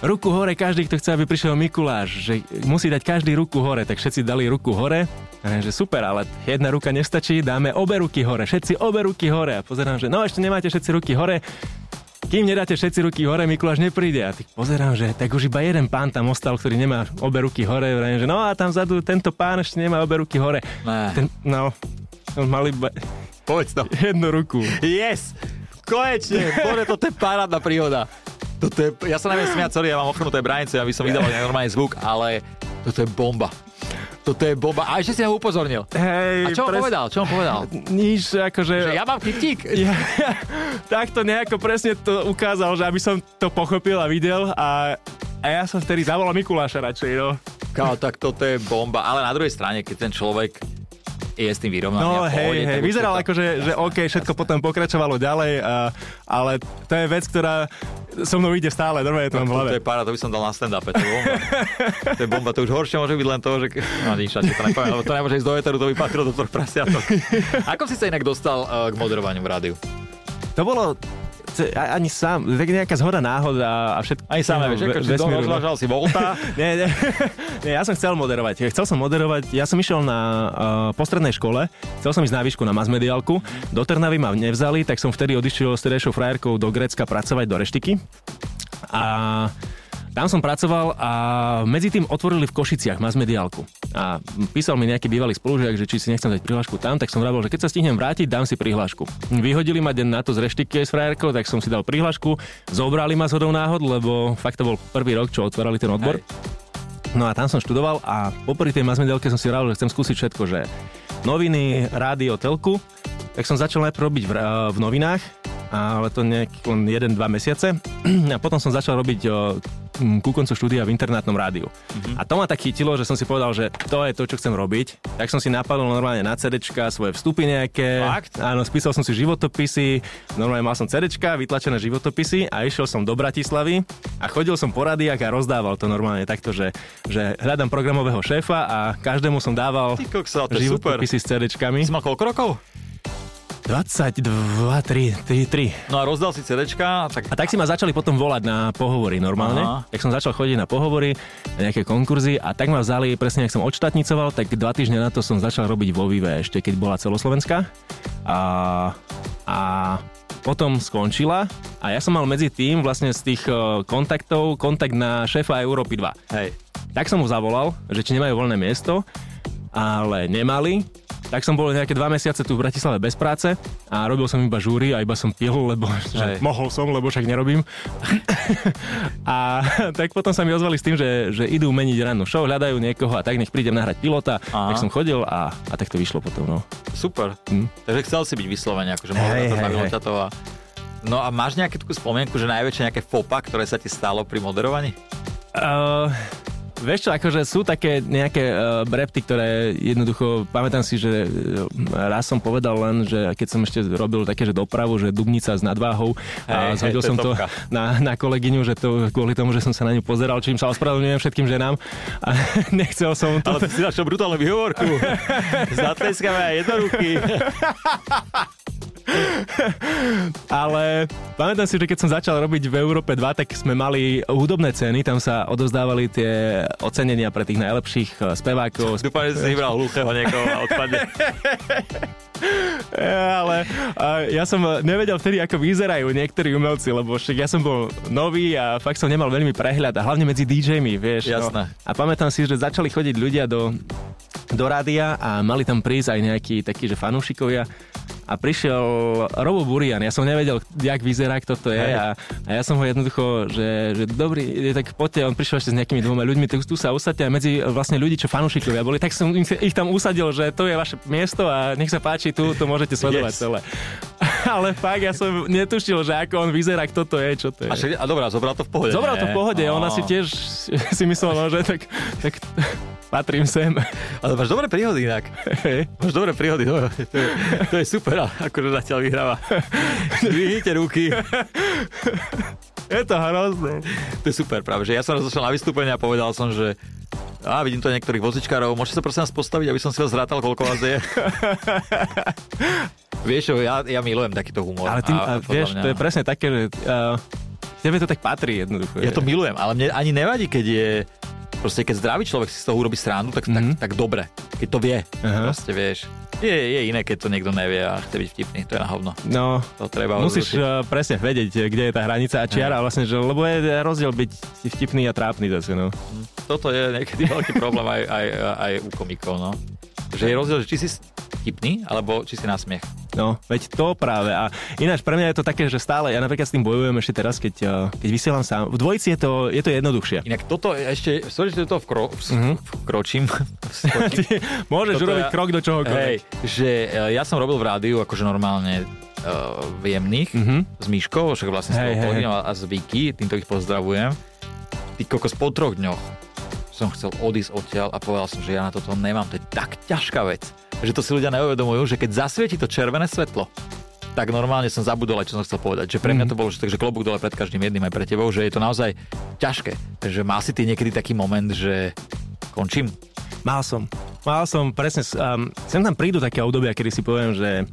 Speaker 2: ruku hore každý, kto chce, aby prišiel Mikuláš. Že musí dať každý ruku hore. Tak všetci dali ruku hore. A hovorím, že super, ale jedna ruka nestačí, dáme obe ruky hore. Všetci obe ruky hore. A pozerám, že no ešte nemáte všetci ruky hore. Kým nedáte všetci ruky hore, Mikuláš nepríde. A tak pozerám, že tak už iba jeden pán tam ostal, ktorý nemá obe ruky hore. Vrajím, že no a tam vzadu tento pán ešte nemá obe ruky hore.
Speaker 1: Ne.
Speaker 2: Ten, no, on mal iba
Speaker 1: (laughs) povedz to.
Speaker 2: jednu ruku.
Speaker 1: Yes! Konečne! (laughs) Bože, toto je parádna príhoda. Toto je, ja sa neviem smiať, sorry, ja mám ochrnuté branice, aby som vydal normálny zvuk, ale toto je bomba. Toto je bomba. A ešte si ho upozornil. A
Speaker 2: Hej,
Speaker 1: čo on
Speaker 2: pres-
Speaker 1: povedal? Čo on povedal? (laughs)
Speaker 2: Nič,
Speaker 1: Že
Speaker 2: akože...
Speaker 1: ja mám kytík.
Speaker 2: (laughs) Ja, takto nejako presne to ukázal, že aby som to pochopil a videl a, a ja som vtedy zavolal Mikuláša radšej, no.
Speaker 1: Kámo, tak toto je bomba. Ale na druhej strane, keď ten človek je s tým vyrovnaný.
Speaker 2: No
Speaker 1: a v pohode,
Speaker 2: hej, hej,
Speaker 1: tak už
Speaker 2: vyzeral akože
Speaker 1: je to-
Speaker 2: ako, že, že OK, všetko potom pokračovalo ďalej, a, ale to je vec, ktorá so mnou ide stále, normálne je to mám v
Speaker 1: To,
Speaker 2: hlave.
Speaker 1: to je para, to by som dal na stand-upe, to je bomba. to je bomba, to už horšie môže byť len to, že... No nič, radšej to nepoviem, lebo to nemôže ísť do eteru, to by patrilo do troch prasiatok. Ako si sa inak dostal uh, k moderovaniu v rádiu?
Speaker 2: To bolo c- a- ani sám, tak nejaká zhoda náhod a, a všetko.
Speaker 1: Ani sám nevieš,
Speaker 2: ve-
Speaker 1: akože si
Speaker 2: vesmíru, no.
Speaker 1: rozvážal si
Speaker 2: (laughs)
Speaker 1: Volta,
Speaker 2: Nie, nie, nie, ja som chcel moderovať. Chcel som moderovať, ja som išiel na uh, postrednej škole, chcel som ísť na výšku na masmediálku, do Trnavy ma nevzali, tak som vtedy odišiel s terejšou frajerkou do Grécka pracovať do reštiky. A tam som pracoval a medzi tým otvorili v Košiciach masmediálku. A písal mi nejaký bývalý spolužiak, že či si nechcem dať prihlášku tam, tak som vravel, že keď sa stihnem vrátiť, dám si prihlášku. Vyhodili ma deň na to z reštiky aj s frajerkou, tak som si dal prihlášku. Zobrali ma zhodou náhod, lebo fakt to bol prvý rok, čo otvárali ten
Speaker 1: Hej.
Speaker 2: odbor. No a tam som študoval a popri tej masmediálke som si rád, že chcem skúsiť všetko, že noviny, rádio, telku. Tak som začal najprv robiť v, e, v novinách, ale to nejak len 1-2 mesiace. (clears throat) A potom som začal robiť e, m, ku koncu štúdia v internátnom rádiu. A to ma tak chytilo, že som si povedal, že to je to, čo chcem robiť. Tak som si napadol normálne na CDčka, svoje vstupy nejaké.
Speaker 1: Fakt?
Speaker 2: Áno, spísal som si životopisy, normálne mal som CDčka, vytlačené životopisy a išiel som do Bratislavy a chodil som po radiách a rozdával to normálne takto, že, že hľadám programového šéfa a každému som dával
Speaker 1: ty koksa, to je super.
Speaker 2: životopisy s CDčkami.
Speaker 1: Si mal koľko rokov?
Speaker 2: 22, 3, 3, 3.
Speaker 1: No a rozdal si CDčka, tak...
Speaker 2: A tak si ma začali potom volať na pohovory normálne.
Speaker 1: Aha.
Speaker 2: Aha. Tak som začal chodiť na pohovory, na nejaké konkurzy a tak ma vzali, presne ak som odštatnicoval, tak dva týždne na to som začal robiť vo Vive ešte, keď bola celoslovenská. A, a potom skončila a ja som mal medzi tým vlastne z tých eh, kontaktov kontakt na šéfa Európy 2.
Speaker 1: Hej.
Speaker 2: Tak som mu zavolal, že či nemajú voľné miesto, ale nemali. Tak som bol nejaké dva mesiace tu v Bratislave bez práce a robil som iba žúry a iba som pil, lebo (laughs) že
Speaker 1: Hej.
Speaker 2: mohol som, lebo však nerobím. (laughs) a (laughs) tak potom sa mi ozvali s tým, že, že idú meniť rannú show, hľadajú niekoho a tak nech prídem nahrať pilota.
Speaker 1: Aha.
Speaker 2: Tak som chodil a, a tak to vyšlo potom. No.
Speaker 1: Super.
Speaker 2: Hm.
Speaker 1: Takže chcel si byť vyslovene, akože mohol
Speaker 2: Hej,
Speaker 1: hey,
Speaker 2: hej,
Speaker 1: na
Speaker 2: hej.
Speaker 1: to hey. No a máš nejakú takú spomienku, že najväčšie nejaké fopa, ktoré sa ti stalo pri (laughs) moderovaní?
Speaker 2: Uh, vieš čo, akože sú také nejaké uh, brepty, ktoré jednoducho, pamätám si, že uh, raz som povedal len, že keď som ešte robil také, že dopravu, že Dubnica s nadváhou a
Speaker 1: Hej, hej,
Speaker 2: zhodil
Speaker 1: to je
Speaker 2: som to
Speaker 1: topka.
Speaker 2: na, na kolegyňu, že to kvôli tomu, že som sa na ňu pozeral, čím sa ospravedlňujem všetkým ženám a (laughs) nechcel som to.
Speaker 1: Ale ty si našiel brutálnu (laughs) výhovorku. Zatleskame aj jednoruky.
Speaker 2: Ale pamätám si, že keď som začal robiť v Európe 2, tak sme mali hudobné ceny, tam sa odovzdávali tie ocenenia pre tých najlepších eh, spevákov,
Speaker 1: (laughs) Dúfam, že si vybral hluchého niekoho a odpadne.
Speaker 2: (laughs) Ja, Eh, ale a ja som eh, nevedel vtedy, ako vyzerajú niektorí umelci, lebo však ja som bol nový a fakt som nemal veľmi prehľad a hlavne medzi DJmi, vieš.
Speaker 1: Jasné.
Speaker 2: No. A pamätám si, že začali chodiť ľudia do, do rádia a mali tam prísť aj nejakí takí, že fanúšikovia a prišiel Robo Burian, ja som nevedel, jak vyzerá, kto to je
Speaker 1: Hej.
Speaker 2: a, a ja som ho jednoducho, že, že dobrý, tak poďte, on prišiel ešte s nejakými dvoma ľuďmi, tak tu sa usadte a medzi vlastne ľudí, čo fanúšikovia boli, tak som im- ich tam usadil, že to je vaše miesto a nech sa páči, tu to môžete sledovať
Speaker 1: Yes.
Speaker 2: yes. celé. (laughs) Ale fakt, ja som netušil, že ako on vyzerá, kto to je, čo to je.
Speaker 1: A, však, a dobrá, zobral to v pohode.
Speaker 2: Zobral to v
Speaker 1: nie?
Speaker 2: pohode,
Speaker 1: No.
Speaker 2: ona si tiež si myslela, no, že tak, tak (laughs) patrím
Speaker 1: (laughs)
Speaker 2: sem.
Speaker 1: Ale máš dobré príhody inak.
Speaker 2: Hej.
Speaker 1: Máš dobré príhody, no, to, je, to je super, akože zatiaľ vyhráva. Vyhnite (laughs) ruky,
Speaker 2: je to hrozné.
Speaker 1: to je super práve, že ja som raz došiel na vystúpenie a povedal som, že a vidím to niektorých vozičkárov, môžete sa prosím vás postaviť, aby som si vás zrátal, koľko vás
Speaker 2: (laughs)
Speaker 1: je. Vieš, čo, ja, ja milujem takýto humor.
Speaker 2: Ale ty, a,
Speaker 1: podľa
Speaker 2: vieš,
Speaker 1: mňa-
Speaker 2: to je presne také, že uh, tebe to tak patrí jednoducho.
Speaker 1: Ja
Speaker 2: že-
Speaker 1: to milujem, ale mne ani nevadí, keď je proste keď zdravý človek si z toho urobí srandu, tak, mm-hmm.
Speaker 2: Mhm.
Speaker 1: tak, tak dobre. Keď to vie,
Speaker 2: Aha.
Speaker 1: proste vieš. Je, je iné, keď to niekto nevie a chce byť vtipný, to je na hovno.
Speaker 2: No,
Speaker 1: To treba
Speaker 2: musíš
Speaker 1: rozrušiť.
Speaker 2: uh, presne vedieť, kde je tá hranica a čiara, vlastne, že, lebo je rozdiel byť vtipný a trápny zase, no.
Speaker 1: Toto je niekedy veľký problém aj, aj, aj u komikov, no. Že je rozdiel, že či si vtipný, alebo či si na smiech.
Speaker 2: No, veď to práve. A ináč pre mňa je to také, že stále, ja napríklad s tým bojujem ešte teraz, keď, eh, keď vysielam sám. V dvojici je to, je to jednoduchšie.
Speaker 1: Inak toto je ešte, sorry, že do toho vkro,
Speaker 2: Mhm.
Speaker 1: vkročím. (laughs)
Speaker 2: Ty (laughs) môžeš
Speaker 1: Toto
Speaker 2: urobiť
Speaker 1: ja-
Speaker 2: krok do čohokoľvek.
Speaker 1: Hej, že e, ja som robil v rádiu akože normálne uh, jemných
Speaker 2: Mhm.
Speaker 1: s Myškou, však vlastne s
Speaker 2: Hej,
Speaker 1: tou
Speaker 2: hej,
Speaker 1: kolegyňou a s Vicky, týmto ich pozdravujem. Ty kokos po troch dňoch som chcel odísť odtiaľ a povedal som, že ja na toto nemám, to je tak ťažká vec, že to si ľudia neuvedomujú, že keď zasvieti to červené svetlo, tak normálne som zabudol aj čo som chcel povedať. Že pre
Speaker 2: Mhm.
Speaker 1: mňa to bolo, že, takže klobúk dole pred každým jedným aj pre tebou, že je to naozaj ťažké. Takže má si ty niekedy taký moment, že končím.
Speaker 2: Mal som. Mal som, presne. s- Um, sem tam prídu také obdobia, kedy si poviem, že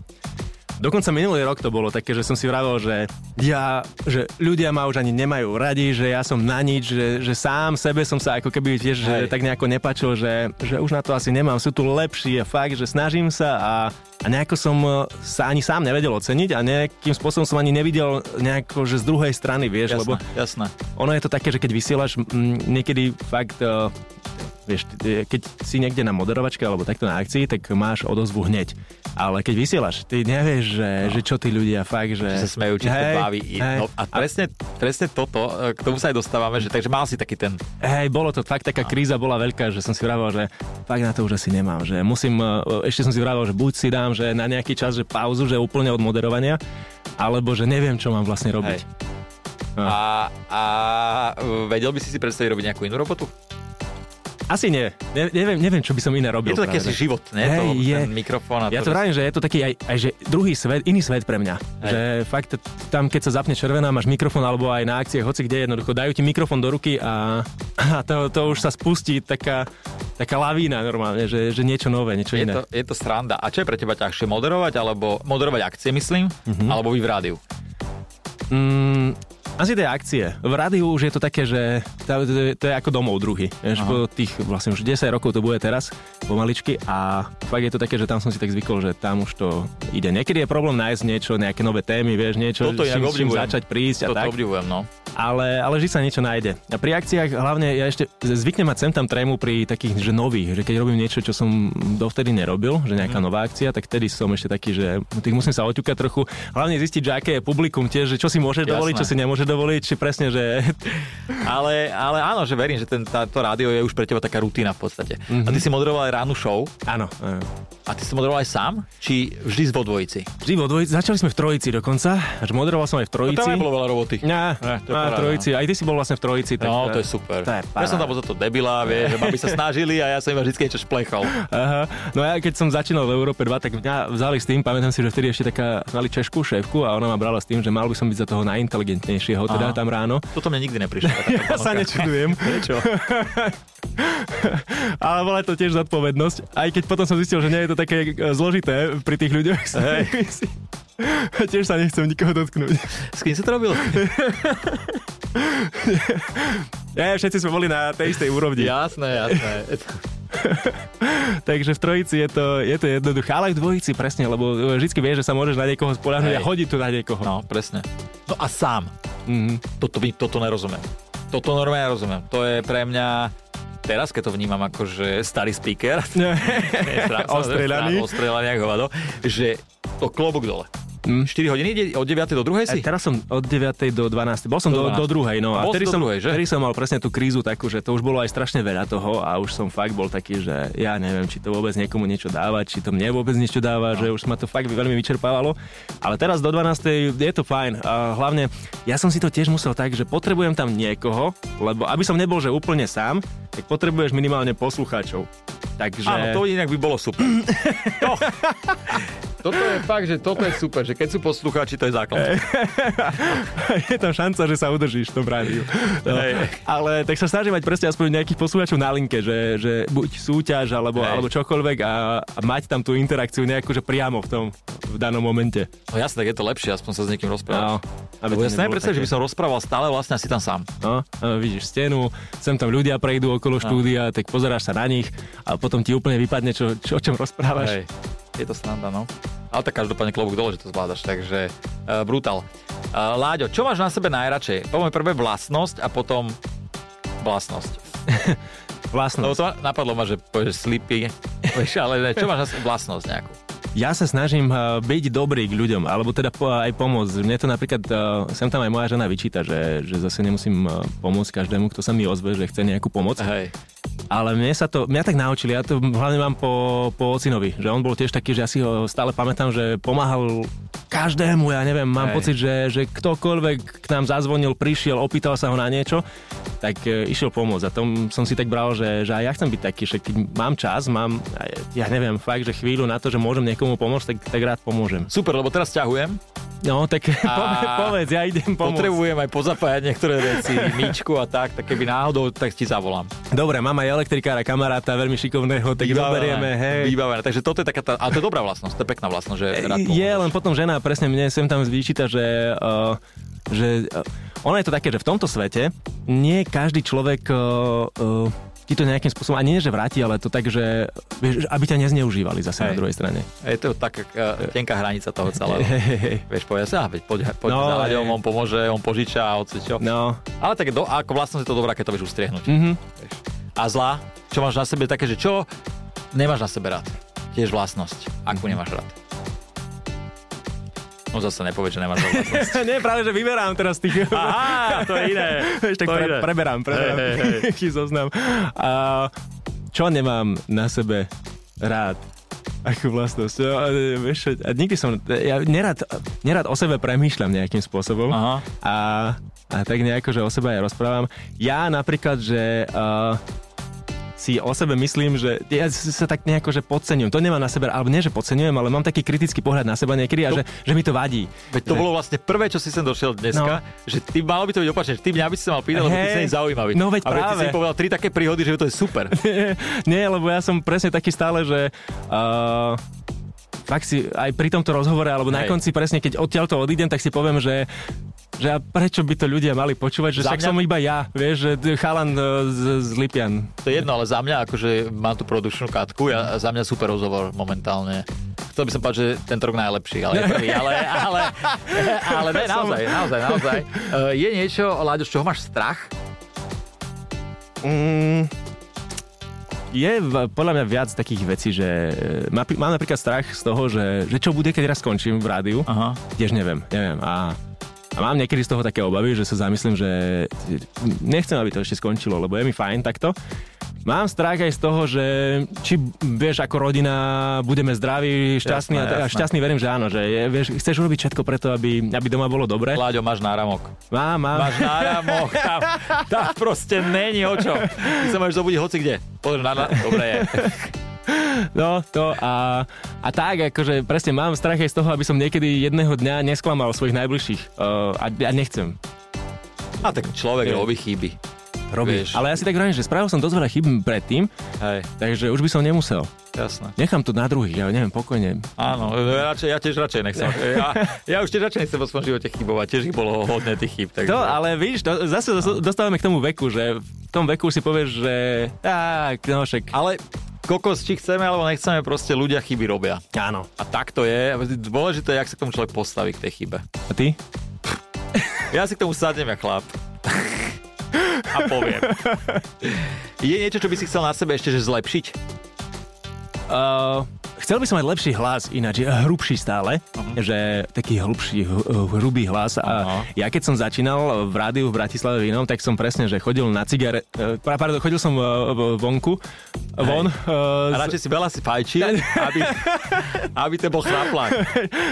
Speaker 2: Dokonca minulý rok to bolo také, že som si vravel, že ja, že ľudia ma už ani nemajú radi, že ja som na nič, že, že sám sebe som sa ako keby, vieš,
Speaker 1: Hej.
Speaker 2: že tak nejako nepačil, že, že už na to asi nemám, sú tu lepší a fakt, že snažím sa a, a nejako som eh, sa ani sám nevedel oceniť a nejakým spôsobom som ani nevidel nejako, že z druhej strany, vieš,
Speaker 1: Jasné,
Speaker 2: lebo
Speaker 1: jasné.
Speaker 2: ono je to také, že keď vysielaš mm, niekedy fakt... Uh, vieš, t- keď si niekde na moderovačke alebo takto na akcii, tak máš odozvu hneď. Ale keď vysielaš, ty nevieš, že, no. že čo tí ľudia fakt, že...
Speaker 1: že sa smejú čisto
Speaker 2: Hej,
Speaker 1: hlavy.
Speaker 2: hej.
Speaker 1: No, a presne, presne toto, e, k tomu sa aj dostávame, že takže mal si taký ten...
Speaker 2: Hej, bolo to fakt,
Speaker 1: No.
Speaker 2: taká kríza bola veľká, že som si vravel, že fakt na to už asi nemám, že musím, eh, ešte som si vravel, že buď si dám, že na nejaký čas, že pauzu, že úplne od moderovania, alebo že neviem, čo mám vlastne robiť.
Speaker 1: Hej. A, a e, vedel by si si predstaviť robiť nejakú inú robotu?
Speaker 2: Asi nie. Ne, neviem, neviem, čo by som iné robil.
Speaker 1: Je to taký asi
Speaker 2: pravda.
Speaker 1: život, ne?
Speaker 2: Hej,
Speaker 1: to,
Speaker 2: je.
Speaker 1: Ten mikrofón a
Speaker 2: Ja
Speaker 1: že-
Speaker 2: to vravím, že je to taký aj, aj že druhý svet, iný svet pre mňa.
Speaker 1: Hej.
Speaker 2: Že fakt t- tam, keď sa zapne červená, máš mikrofón alebo aj na akcie, hoci kde jednoducho dajú ti mikrofón do ruky a, a to, to už sa spustí taká, taká lavína normálne, že, že niečo nové, niečo
Speaker 1: je
Speaker 2: iné.
Speaker 1: to, je to sranda. A čo je pre teba ťažšie? Moderovať alebo moderovať akcie, myslím? Alebo byť v rádiu?
Speaker 2: Mm, asi tie akcie. V rádiu už je to také, že to, to, to je ako domov druhý. Vieš,
Speaker 1: Aha.
Speaker 2: po tých vlastne už 10 rokov to bude teraz pomaličky a fakt je to také, že tam som si tak zvykol, že tam už to ide. Niekedy je problém nájsť niečo, nejaké nové témy, vieš, niečo,
Speaker 1: Toto inak
Speaker 2: s čím, s čím
Speaker 1: obdivujem.
Speaker 2: začať prísť a
Speaker 1: Toto
Speaker 2: tak.
Speaker 1: obdivujem, no.
Speaker 2: ale, ale vždy sa niečo nájde. A pri akciách hlavne ja ešte zvyknem mať sem tam trému pri takých, že nových, že keď robím niečo, čo som dovtedy nerobil, že nejaká
Speaker 1: Mhm.
Speaker 2: nová akcia, tak vtedy som ešte taký, že tých musím sa oťukať trochu. Hlavne zistiť, že aké je publikum tiež, že čo si môže
Speaker 1: Jasné.
Speaker 2: dovoliť, čo si nemôže dovoliť, či presne, že (laughs)
Speaker 1: Ale, ale áno, že verím, že ten, tá, to rádio je už pre teba taká rutina v podstate. Mm-hmm. A ty si moderoval aj ránu show
Speaker 2: áno. e. áno.
Speaker 1: a ty si moderoval aj sám? Či vždy z vo dvojici?
Speaker 2: Vždy vo dvojici, začali sme v trojici dokonca, že moderoval som aj v trojici.
Speaker 1: No, To tam nebolo veľa roboty.
Speaker 2: Á,
Speaker 1: Ne, to je
Speaker 2: á,
Speaker 1: paráda.
Speaker 2: trojici, aj ty si bol vlastne v trojici. Tak,
Speaker 1: No, to
Speaker 2: eh,
Speaker 1: je super.
Speaker 2: To je
Speaker 1: ja som
Speaker 2: paráda.
Speaker 1: tam bol za to debila, vieš, že babi sa snažili a ja som iba vždy niečo šplechol.
Speaker 2: Aha. No ja keď som začínal v Európe 2, tak mňa vzali s tým, pamätám si, že vtedy ešte taká, mali Češku, šéfku a ona ma brala s tým, že mal by som byť za toho najinteligentnejšieho, teda
Speaker 1: Aha.
Speaker 2: tam ráno.
Speaker 1: Toto mne nikdy (laughs) neprišlo.
Speaker 2: Ja sa nečudujem.
Speaker 1: Prečo?
Speaker 2: Ale bola to tiež zodpovednosť, aj keď potom som zistil, že nie je to také e, zložité pri tých ľuďoch. s
Speaker 1: Hej.
Speaker 2: ktorými si- (laughs) Tiež sa nechcem nikoho dotknúť.
Speaker 1: S kým si to robil?
Speaker 2: Ja, všetci sme boli na tej istej
Speaker 1: (laughs)
Speaker 2: úrovni.
Speaker 1: jasné, jasné.
Speaker 2: Takže v trojici je to, je to jednoduché, ale aj v dvojici presne, lebo e, vždycky vieš, že sa môžeš na niekoho spolahnuť
Speaker 1: Hej.
Speaker 2: a hodiť tu na niekoho.
Speaker 1: No, presne. No a sám.
Speaker 2: Mhm. (laughs)
Speaker 1: Toto, by- toto nerozumiem. Toto normálne nerozumiem. To je pre mňa teraz, keď to vnímam ako že starý
Speaker 2: (laughs)
Speaker 1: speaker, (laughs)
Speaker 2: Ostrelaný.
Speaker 1: ostrelaný ako hovado, že to klobúk dole.
Speaker 2: Mm.
Speaker 1: 4 hodiny ide od 9. do 2. si?
Speaker 2: A teraz som od 9. do 12. Bol som
Speaker 1: Do
Speaker 2: do, do
Speaker 1: 12.
Speaker 2: 2.
Speaker 1: Bol
Speaker 2: No, a
Speaker 1: si
Speaker 2: vtedy
Speaker 1: do
Speaker 2: som,
Speaker 1: druhej, že?
Speaker 2: vtedy som mal presne tú krízu takú, že to už bolo aj strašne veľa toho a už som fakt bol taký, že ja neviem, či to vôbec niekomu niečo dáva, či to mne vôbec niečo
Speaker 1: No.
Speaker 2: dáva, že už ma to fakt veľmi vyčerpávalo. Ale teraz do 12. je to fajn. A hlavne ja som si to tiež musel tak, že potrebujem tam niekoho, lebo aby som nebol že úplne sám, tak potrebuješ minimálne poslucháčov. Takže...
Speaker 1: Áno, to inak by bolo (laughs) super. To. Toto je fakt, že toto je super, že keď sú poslucháči, to je základ.
Speaker 2: (laughs) je tam šanca, že sa udržíš v tom rádiu. No.
Speaker 1: Hej.
Speaker 2: Ale tak sa snažím mať presne aspoň nejakých poslucháčov na linke, že, že buď súťaž alebo,
Speaker 1: Hej.
Speaker 2: alebo čokoľvek a, a mať tam tú interakciu nejakú, že priamo v tom v danom momente. No.
Speaker 1: No jasné, je to lepšie, aspoň sa s niekým rozprávať.
Speaker 2: aby
Speaker 1: Lebo ja
Speaker 2: to
Speaker 1: si neviem
Speaker 2: nebolo
Speaker 1: predstaviť, No, že
Speaker 2: také-
Speaker 1: by som rozprával stále vlastne asi tam sám.
Speaker 2: No, a vidíš stenu, sem tam ľudia prejdú okolo
Speaker 1: No.
Speaker 2: štúdia, tak pozeráš sa na nich a potom ti úplne vypadne, čo, čo o čom rozprávaš.
Speaker 1: Hej, je to snanda, no. Ale tak každopádne klobúk dole, že to zvládaš, takže uh, brutál. Uh, Láďo, čo máš na sebe najradšej? Poďme prvé vlastnosť a potom vlastnosť.
Speaker 2: Vlastnosť.
Speaker 1: Lebo to ma- napadlo ma, že povieš sleepy, (laughs) povieš, ale ne, čo máš na sebe vlastnosť nejakú?
Speaker 2: Ja sa snažím eh, byť dobrý k ľuďom, alebo teda po, aj pomôcť. Mne to napríklad, eh, sem tam aj moja žena vyčíta, že, že zase nemusím eh, pomôcť každému, kto sa mi ozve, že chce nejakú pomoc.
Speaker 1: Hej,
Speaker 2: Ale mne sa to, mňa tak naučili, ja to hlavne mám po, po ocinovi, že on bol tiež taký, že ja si ho stále pamätám, že pomáhal každému, ja neviem,
Speaker 1: Hej.
Speaker 2: mám Hej. pocit, že, že ktokoľvek k nám zazvonil, prišiel, opýtal sa ho na niečo, tak e, išiel pomôcť. A tom som si tak bral, že, že aj ja chcem byť taký, že keď mám čas, mám, ja neviem, fakt, že chvíľu na to, že môžem niekomu pomôcť, tak, tak rád pomôžem.
Speaker 1: super, lebo teraz ťahujem.
Speaker 2: No, tak (laughs)
Speaker 1: A-
Speaker 2: a... povedz, ja idem pomôcť.
Speaker 1: Potrebujem aj pozapájať niektoré veci, myčku a tak, tak keby náhodou, tak ti zavolám.
Speaker 2: Dobre, mám aj elektrikára, kamaráta, veľmi šikovného, tak zoberieme, hej.
Speaker 1: Vybavené. Takže toto je taká tá, ale to je dobrá vlastnosť, to je pekná vlastnosť, že rád
Speaker 2: Je,
Speaker 1: pomôžeš.
Speaker 2: len potom žena presne mne sem tam vyčíta, že, uh, že uh, ono je to také, že v tomto svete nie každý človek uh, uh, ti to nejakým spôsobom, a nie že vráti, ale to tak, že vieš, že aby ťa nezneužívali
Speaker 1: Hej.
Speaker 2: zase na druhej strane.
Speaker 1: Je to taká eh, tenká hranica toho celého.
Speaker 2: Hej, hej, hej.
Speaker 1: Vieš, povedia sa, "Ah, veď poď, poď no,
Speaker 2: No,
Speaker 1: za Láďom,
Speaker 2: hej.
Speaker 1: on pomôže, on požiča a hoci čo.
Speaker 2: No,
Speaker 1: Ale tak do, ako vlastnosť je to dobrá, keď to vieš ustriehnúť.
Speaker 2: mhm.
Speaker 1: Vieš. A zlá, čo máš na sebe také, že čo nemáš na sebe rád? Tiež vlastnosť, akú nemáš rád. No zase nepovedz, že nemáš rád vlastnosť.
Speaker 2: (laughs) nie, práve, že vyberám teraz (laughs) tých...
Speaker 1: Aha, to je iné.
Speaker 2: (laughs) Vieš, tak
Speaker 1: To
Speaker 2: pre,
Speaker 1: ide.
Speaker 2: preberám, preberám
Speaker 1: Hej, hej,
Speaker 2: (laughs)
Speaker 1: hej.
Speaker 2: hey. zoznam. A čo nemám na sebe rád? Akú vlastnosť? No, a, e, vieš čo, a nikdy som... Ja nerad, nerad o sebe premýšľam nejakým spôsobom.
Speaker 1: Aha.
Speaker 2: A, a tak nejako, že o sebe aj rozprávam. Ja napríklad, že... Uh, si o sebe myslím, že ja sa tak nejako, že podceňujem. To nemám na sebe, alebo nie, že podceňujem, ale mám taký kritický pohľad na seba niekedy a že, že mi to vadí.
Speaker 1: Veď to
Speaker 2: Že-
Speaker 1: bolo vlastne prvé, čo si sem došiel dneska, no. že ty malo by to byť opačne, že ty mňa by si sa mal pýtať, lebo ty
Speaker 2: Hej.
Speaker 1: si zaujímavý.
Speaker 2: No veď
Speaker 1: a veď ty
Speaker 2: práve.
Speaker 1: si povedal tri také príhody, že to je super.
Speaker 2: (laughs) Nie, lebo ja som presne taký stále, že... Uh, fakt si aj pri tomto rozhovore, alebo na
Speaker 1: Hej.
Speaker 2: konci presne, keď odtiaľto odídem, tak si poviem, že že a prečo by to ľudia mali počúvať, že
Speaker 1: Za
Speaker 2: však
Speaker 1: mňa-
Speaker 2: som iba ja, vieš, že d- chalan e, z, z Lipian.
Speaker 1: To je jedno, ale za mňa, akože mám tu produkčnú katku, ja, za mňa super rozhovor momentálne, v chcel by som povedať, že tento rok najlepší, ale je prvý, ale, ale, ale
Speaker 2: (laughs)
Speaker 1: ne, naozaj, naozaj, naozaj. Eh, Je niečo, Láďo, z čoho máš strach?
Speaker 2: Mm, je v- podľa mňa viac takých vecí, že e, má- mám napríklad strach z toho, že, že čo bude, keď raz skončím v rádiu.
Speaker 1: Aha.
Speaker 2: Tiež neviem, neviem. A, a mám niekedy z toho také obavy, že sa zamyslím, že nechcem, aby to ešte skončilo, lebo je mi fajn takto. Mám strach aj z toho, že či vieš, ako rodina budeme zdraví,
Speaker 1: Jasné,
Speaker 2: šťastní, jasné, a, a
Speaker 1: jasné.
Speaker 2: šťastný verím, že áno, že je, vieš, chceš urobiť všetko preto, aby, aby doma bolo dobre.
Speaker 1: Láďo, máš náramok.
Speaker 2: Mám, mám.
Speaker 1: Máš náramok, tam, tam proste není o čom. Ty sa môžeš zobudiť hoci kde. Pozri, na, na, dobre je.
Speaker 2: No, to a, a tak, akože presne mám strach aj z toho, aby som niekedy jedného dňa nesklamal svojich najbližších. Uh, a, a nechcem.
Speaker 1: A tak človek robí chyby. Vieš.
Speaker 2: Ale ja si tak hovorím, že spravil som dosť veľa chyb predtým,
Speaker 1: Hej,
Speaker 2: takže už by som nemusel.
Speaker 1: jasné.
Speaker 2: Nechám to na druhých, ja neviem, pokojne.
Speaker 1: Áno, ja, radšej, ja tiež radšej nechcem. Ja, ja už tiež radšej nechcem vo svojom živote chybovať. Tiež ich bolo hodne tých chyb. Takže...
Speaker 2: To, ale vidíš, to, zase dos- dostávame k tomu veku, že v tom veku si povieš, že tak, no však,
Speaker 1: ale kokos, či chceme alebo nechceme, proste ľudia chyby robia.
Speaker 2: áno.
Speaker 1: A tak to je. Dôležité je, jak sa k tomu človek postaví k tej chybe.
Speaker 2: A ty?
Speaker 1: Ja si k tomu sadnem ja (laughs) chlap. A poviem. Je niečo, čo by si chcel na sebe ešte že zlepšiť?
Speaker 2: Uh, chcel by som mať lepší hlas, ináč je hrubší stále, uh-huh. že taký hrubší, hu- hrubý hlas. A
Speaker 1: Aha.
Speaker 2: ja keď som začínal v rádiu v Bratislave v inom, tak som presne, že chodil na cigare, eh, pra- pardon, chodil som eh, v- vonku, von.
Speaker 1: A
Speaker 2: Uh,
Speaker 1: radšej si veľa si fajčil, aby, aby to bol
Speaker 2: (laughs)
Speaker 1: chlaplák.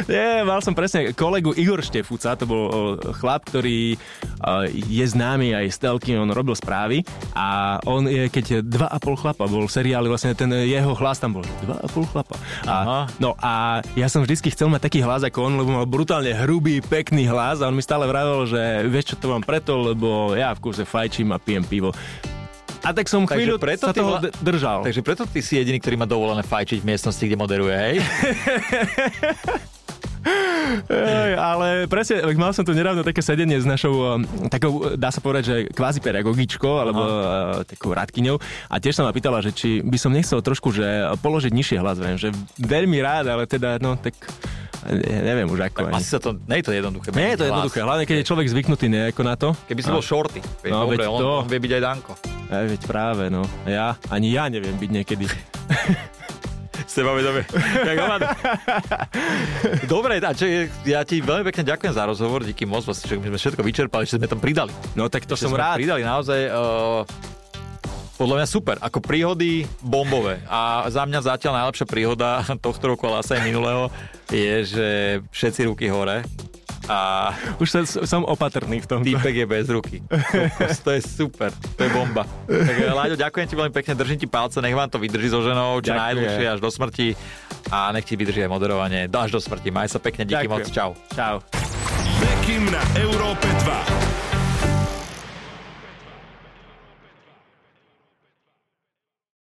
Speaker 2: Nie, mal som presne kolegu Igor Štefúca, to bol eh, chlap, ktorý eh, je známy aj z telky, on robil správy a on je, keď dva a pol chlapa bol v seriáli, vlastne ten jeho hlas tam bol, že dva a pol chlapa.
Speaker 1: Aha.
Speaker 2: A, no a ja som vždycky chcel mať taký hlas ako on, lebo mal brutálne hrubý, pekný hlas a on mi stále vravel, že vieš čo to mám preto, lebo ja v kúse fajčím a pijem pivo. A tak som
Speaker 1: Takže
Speaker 2: chvíľu
Speaker 1: preto
Speaker 2: sa
Speaker 1: ty
Speaker 2: toho
Speaker 1: hla-
Speaker 2: d- držal.
Speaker 1: Takže preto ty si jediný, ktorý má dovolené fajčiť v miestnosti, kde moderuje, hej?
Speaker 2: Ej, ale presne, mal som tu nedávno také sedenie s našou, um, takou, dá sa povedať, že kvázi pedagogičkou, alebo uh, takou radkyňou. A tiež sa ma pýtala, že či by som nechcel trošku, že položiť nižšie hlas, viem, že veľmi rád, ale teda, no tak, ja neviem už ako.
Speaker 1: Asi
Speaker 2: ani.
Speaker 1: sa to, nie je to jednoduché.
Speaker 2: Nie je to
Speaker 1: hlas.
Speaker 2: jednoduché, hlavne keď je človek zvyknutý nejako na to.
Speaker 1: Keby si bol shorty, vieš, no,
Speaker 2: No,
Speaker 1: dobre,
Speaker 2: veď
Speaker 1: on,
Speaker 2: to.
Speaker 1: on vie byť aj (laughs) Danko.
Speaker 2: Aj, veď práve, no. Ja, ani ja neviem byť niekedy.
Speaker 1: Sebavedomie. Tak hovado. (laughs) Dobre, a čo, je- ja ti veľmi pekne ďakujem za rozhovor, díky moc, vlastne, že my sme všetko vyčerpali, že sme tam pridali.
Speaker 2: No tak
Speaker 1: Že
Speaker 2: to som
Speaker 1: sme
Speaker 2: rád.
Speaker 1: Pridali naozaj... Uh, podľa mňa super, ako príhody bombové. A za mňa zatiaľ najlepšia príhoda tohto roku, ale asi aj minulého, je, že všetci ruky hore
Speaker 2: (laughs)
Speaker 1: a
Speaker 2: Už sa, som opatrný v tom.
Speaker 1: týpek je bez ruky. Kokos, To je super, to je bomba. Tak eh, Láďo, ďakujem ti veľmi pekne, držím ti palce, nech vám to vydrží so ženou, čo
Speaker 2: Ďakujem.
Speaker 1: najdlhšie až do smrti a nech ti vydrží aj moderovanie. Až do smrti, maj sa pekne, díky
Speaker 2: Ďakujem.
Speaker 1: moc, čau.
Speaker 2: Čau.
Speaker 3: Bekim na Európe 2.